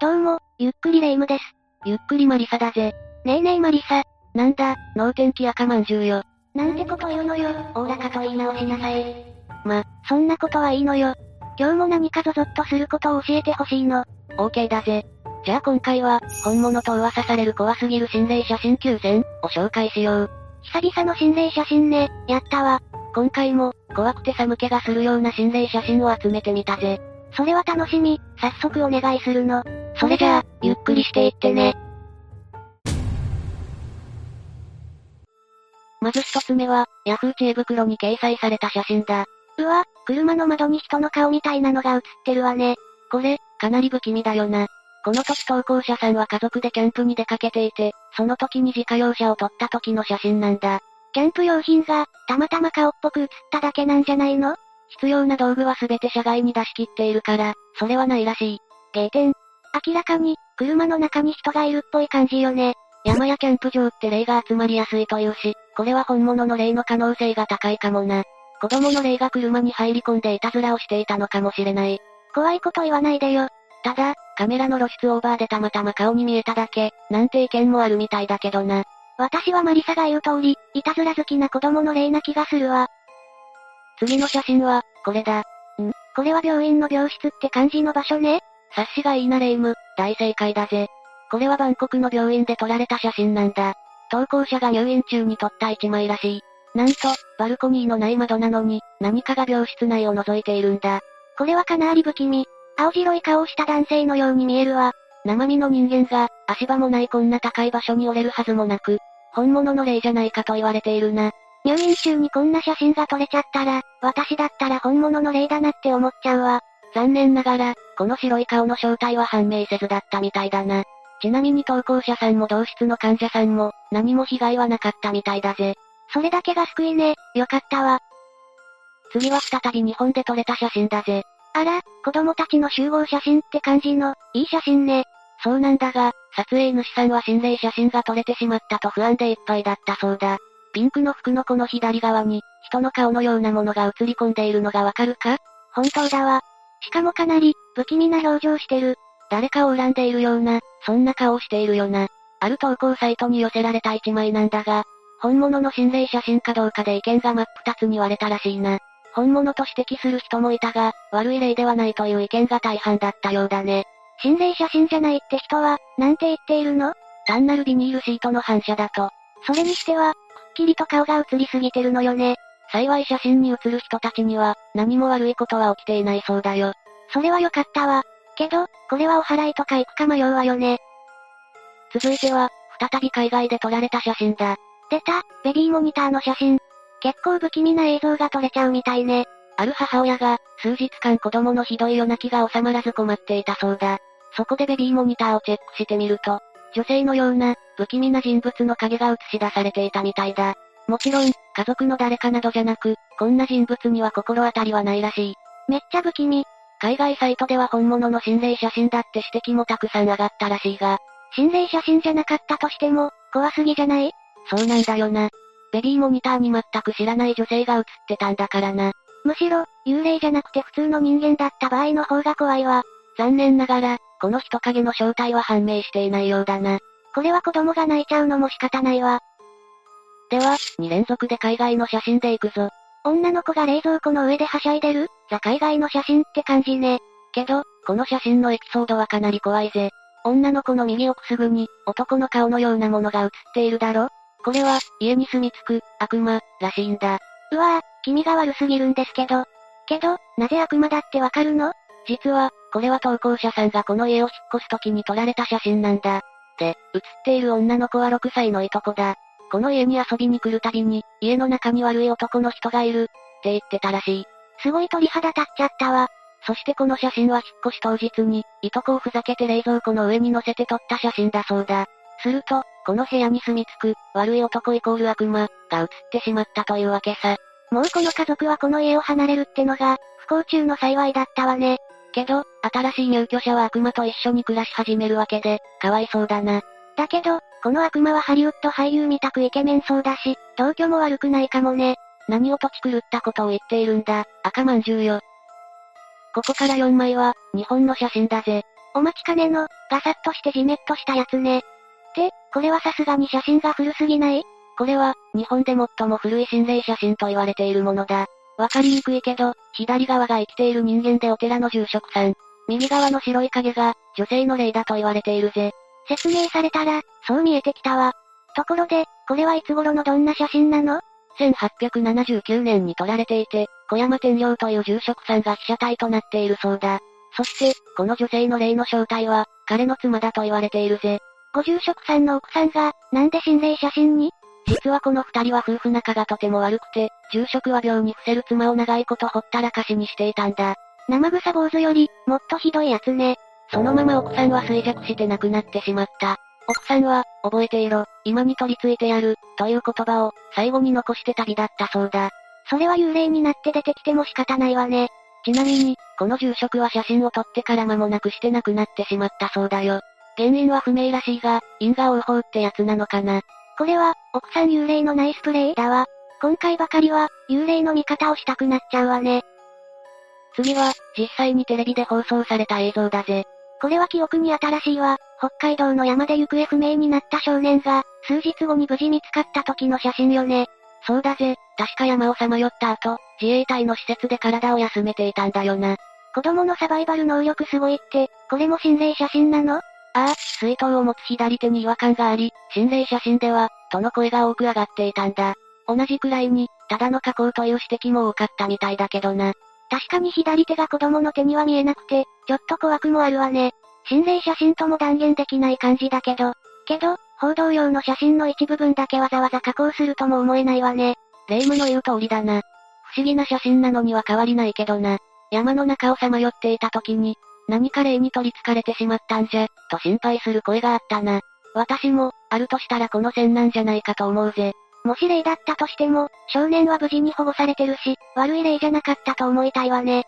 どうも、ゆっくりレ夢ムです。ゆっくりマリサだぜ。ねえねえマリサ。なんだ、脳天気赤まんじゅうよ。なんてこと言うのよ、おおらかと言い直しなさい。ま、そんなことはいいのよ。今日も何かゾゾッとすることを教えてほしいの。 OK だぜ。じゃあ今回は、本物と噂される怖すぎる心霊写真9000を紹介しよう。久々の心霊写真ね、やったわ。今回も、怖くて寒気がするような心霊写真を集めてみたぜ。それは楽しみ、早速お願いするの。それじゃあ、ゆっくりしていってね。まず一つ目は、ヤフー知恵袋に掲載された写真だ。うわ、車の窓に人の顔みたいなのが映ってるわね。これ、かなり不気味だよな。この時投稿者さんは家族でキャンプに出かけていて、その時に自家用車を撮った時の写真なんだ。キャンプ用品が、たまたま顔っぽく映っただけなんじゃないの必要な道具は全て車外に出し切っているから、それはないらしい。0点。明らかに、車の中に人がいるっぽい感じよね。山やキャンプ場って霊が集まりやすいというし、これは本物の霊の可能性が高いかもな。子供の霊が車に入り込んでいたずらをしていたのかもしれない。怖いこと言わないでよ。ただ、カメラの露出オーバーでたまたま顔に見えただけ、なんて意見もあるみたいだけどな。私はマリサが言う通り、いたずら好きな子供の霊な気がするわ。次の写真は、これだ。これは病院の病室って感じの場所ね。察しがいいなレイム、大正解だぜ。これはバンコクの病院で撮られた写真なんだ。投稿者が入院中に撮った一枚らしい。なんと、バルコニーのない窓なのに、何かが病室内を覗いているんだ。これはかなり不気味。青白い顔をした男性のように見えるわ。生身の人間が、足場もないこんな高い場所に折れるはずもなく、本物の霊じゃないかと言われているな。入院中にこんな写真が撮れちゃったら、私だったら本物の霊だなって思っちゃうわ。残念ながら、この白い顔の正体は判明せずだったみたいだな。ちなみに投稿者さんも同室の患者さんも、何も被害はなかったみたいだぜ。それだけが救いね。よかったわ。次は再び日本で撮れた写真だぜ。あら、子供たちの集合写真って感じの、いい写真ね。そうなんだが、撮影主さんは心霊写真が撮れてしまったと不安でいっぱいだったそうだ。ピンクの服の子の左側に、人の顔のようなものが映り込んでいるのがわかるか本当だわ。しかもかなり、不気味な表情してる。誰かを恨んでいるような、そんな顔をしているよな。ある投稿サイトに寄せられた一枚なんだが、本物の心霊写真かどうかで意見が真っ二つに割れたらしいな。本物と指摘する人もいたが、悪い例ではないという意見が大半だったようだね。心霊写真じゃないって人は、なんて言っているの単なるビニールシートの反射だと、それにしては、くっきりと顔が映りすぎてるのよね。幸い写真に写る人たちには、何も悪いことは起きていないそうだよ。それは良かったわ。けど、これはお祓いとか行くか迷うわよね。続いては、再び海外で撮られた写真だ。出た、ベビーモニターの写真。結構不気味な映像が撮れちゃうみたいね。ある母親が、数日間子供のひどい夜泣きが収まらず困っていたそうだ。そこでベビーモニターをチェックしてみると、女性のような、不気味な人物の影が映し出されていたみたいだ。もちろん、家族の誰かなどじゃなく、こんな人物には心当たりはないらしい。めっちゃ不気味。海外サイトでは本物の心霊写真だって指摘もたくさん上がったらしいが、心霊写真じゃなかったとしても、怖すぎじゃないそうなんだよな。ベビーモニターに全く知らない女性が映ってたんだからな。むしろ、幽霊じゃなくて普通の人間だった場合の方が怖いわ。残念ながら、この人影の正体は判明していないようだな。これは子供が泣いちゃうのも仕方ないわ。では、2連続で海外の写真で行くぞ。女の子が冷蔵庫の上ではしゃいでるザ海外の写真って感じね。けど、この写真のエピソードはかなり怖いぜ。女の子の右奥すぐに、男の顔のようなものが映っているだろこれは、家に住み着く、悪魔、らしいんだ。うわぁ、気味が悪すぎるんですけど。けど、なぜ悪魔だってわかるの実は、これは投稿者さんがこの家を引っ越す時に撮られた写真なんだ。で、写っている女の子は6歳のいとこだ。この家に遊びに来るたびに、家の中に悪い男の人がいる、って言ってたらしい。すごい鳥肌立っちゃったわ。そしてこの写真は引っ越し当日に、いとこをふざけて冷蔵庫の上に乗せて撮った写真だそうだ。すると、この部屋に住み着く、悪い男イコール悪魔、が映ってしまったというわけさ。もうこの家族はこの家を離れるってのが、不幸中の幸いだったわね。けど、新しい入居者は悪魔と一緒に暮らし始めるわけで、かわいそうだな。だけど、この悪魔はハリウッド俳優みたくイケメンそうだし、同居も悪くないかもね。何をとち狂ったことを言っているんだ、赤まんじゅうよ。ここから4枚は、日本の写真だぜ。お待ちかねの、ガサッとしてジメッとしたやつね。で、これはさすがに写真が古すぎないこれは、日本で最も古い心霊写真と言われているものだ。わかりにくいけど、左側が生きている人間でお寺の住職さん。右側の白い影が、女性の霊だと言われているぜ。説明されたら、そう見えてきたわ。ところで、これはいつ頃のどんな写真なの1879年に撮られていて、小山天領という住職さんが被写体となっているそうだ。そして、この女性の霊の正体は、彼の妻だと言われているぜ。ご住職さんの奥さんが、なんで心霊写真に実はこの二人は夫婦仲がとても悪くて、住職は病に伏せる妻を長いことほったらかしにしていたんだ。生臭坊主より、もっとひどいやつね。そのまま奥さんは衰弱して亡くなってしまった。奥さんは、覚えていろ、今に取り付いてやる、という言葉を、最後に残して旅立ったそうだ。それは幽霊になって出てきても仕方ないわね。ちなみに、この住職は写真を撮ってから間もなくして亡くなってしまったそうだよ。原因は不明らしいが、因果応報ってやつなのかな。これは、奥さん幽霊のナイスプレイだわ。今回ばかりは、幽霊の見方をしたくなっちゃうわね。次は、実際にテレビで放送された映像だぜ。これは記憶に新しいわ。北海道の山で行方不明になった少年が、数日後に無事見つかった時の写真よね。そうだぜ、確か山をさまよった後、自衛隊の施設で体を休めていたんだよな。子供のサバイバル能力すごいって、これも心霊写真なのああ、水筒を持つ左手に違和感があり、心霊写真では、との声が多く上がっていたんだ。同じくらいに、ただの加工という指摘も多かったみたいだけどな。確かに左手が子供の手には見えなくて、ちょっと怖くもあるわね。心霊写真とも断言できない感じだけど。けど、報道用の写真の一部分だけわざわざ加工するとも思えないわね。霊夢の言う通りだな。不思議な写真なのには変わりないけどな。山の中をさまよっていた時に、何か霊に取り憑かれてしまったんじゃ、と心配する声があったな。私も、あるとしたらこの線なんじゃないかと思うぜ。もし霊だったとしても、少年は無事に保護されてるし、悪い霊じゃなかったと思いたいわね。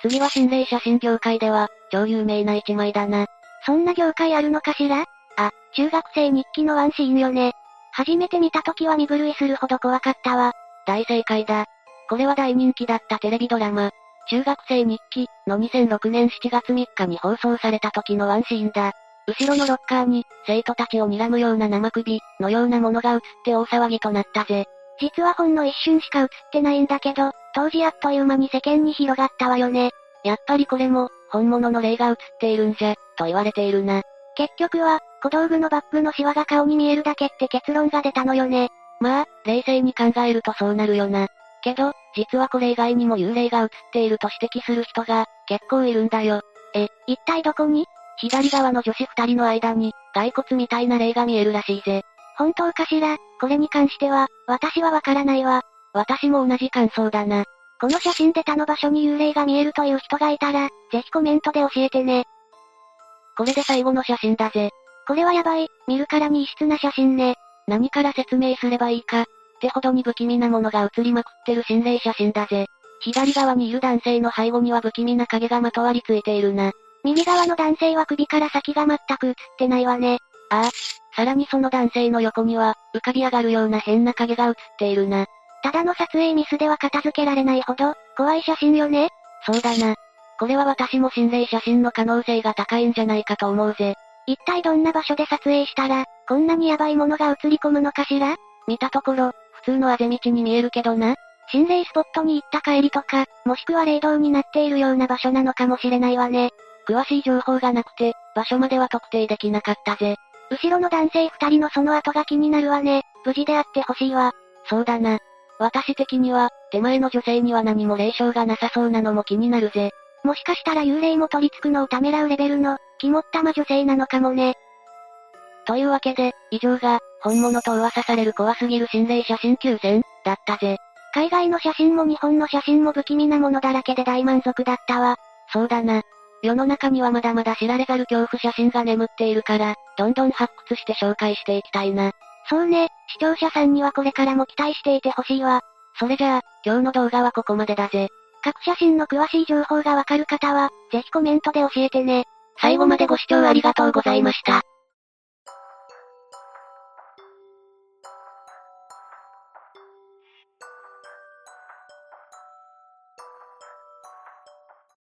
次は心霊写真業界では、超有名な一枚だな。そんな業界あるのかしらあ、中学生日記のワンシーンよね。初めて見た時は身震いするほど怖かったわ。大正解だ。これは大人気だったテレビドラマ、中学生日記の2006年7月3日に放送された時のワンシーンだ。後ろのロッカーに、生徒たちを睨むような生首のようなものが映って大騒ぎとなったぜ。実はほんの一瞬しか映ってないんだけど、当時あっという間に世間に広がったわよね。やっぱりこれも、本物の霊が映っているんじゃ、と言われているな。結局は、小道具のバッグのシワが顔に見えるだけって結論が出たのよね。まあ、冷静に考えるとそうなるよな。けど、実はこれ以外にも幽霊が映っていると指摘する人が、結構いるんだよ。え、一体どこに左側の女子二人の間に、骸骨みたいな霊が見えるらしいぜ。本当かしらこれに関しては、私はわからないわ。私も同じ感想だな。この写真で他の場所に幽霊が見えるという人がいたら、ぜひコメントで教えてね。これで最後の写真だぜ。これはやばい、見るからに異質な写真ね。何から説明すればいいか、ってほどに不気味なものが映りまくってる心霊写真だぜ。左側にいる男性の背後には不気味な影がまとわりついているな。右側の男性は首から先が全く映ってないわね。ああ。さらにその男性の横には、浮かび上がるような変な影が映っているな。ただの撮影ミスでは片付けられないほど、怖い写真よね。そうだな。これは私も心霊写真の可能性が高いんじゃないかと思うぜ。一体どんな場所で撮影したら、こんなにヤバいものが映り込むのかしら見たところ、普通のあぜ道に見えるけどな。心霊スポットに行った帰りとか、もしくは霊道になっているような場所なのかもしれないわね。詳しい情報がなくて、場所までは特定できなかったぜ。後ろの男性二人のその後が気になるわね。無事であってほしいわ。そうだな。私的には、手前の女性には何も霊障がなさそうなのも気になるぜ。もしかしたら幽霊も取り付くのをためらうレベルの、肝っ玉女性なのかもね。というわけで、以上が、本物と噂される怖すぎる心霊写真9選、だったぜ。海外の写真も日本の写真も不気味なものだらけで大満足だったわ。そうだな。世の中にはまだまだ知られざる恐怖写真が眠っているから、どんどん発掘して紹介していきたいな。そうね、視聴者さんにはこれからも期待していてほしいわ。それじゃあ、今日の動画はここまでだぜ。各写真の詳しい情報がわかる方は、ぜひコメントで教えてね。最後までご視聴ありがとうございました。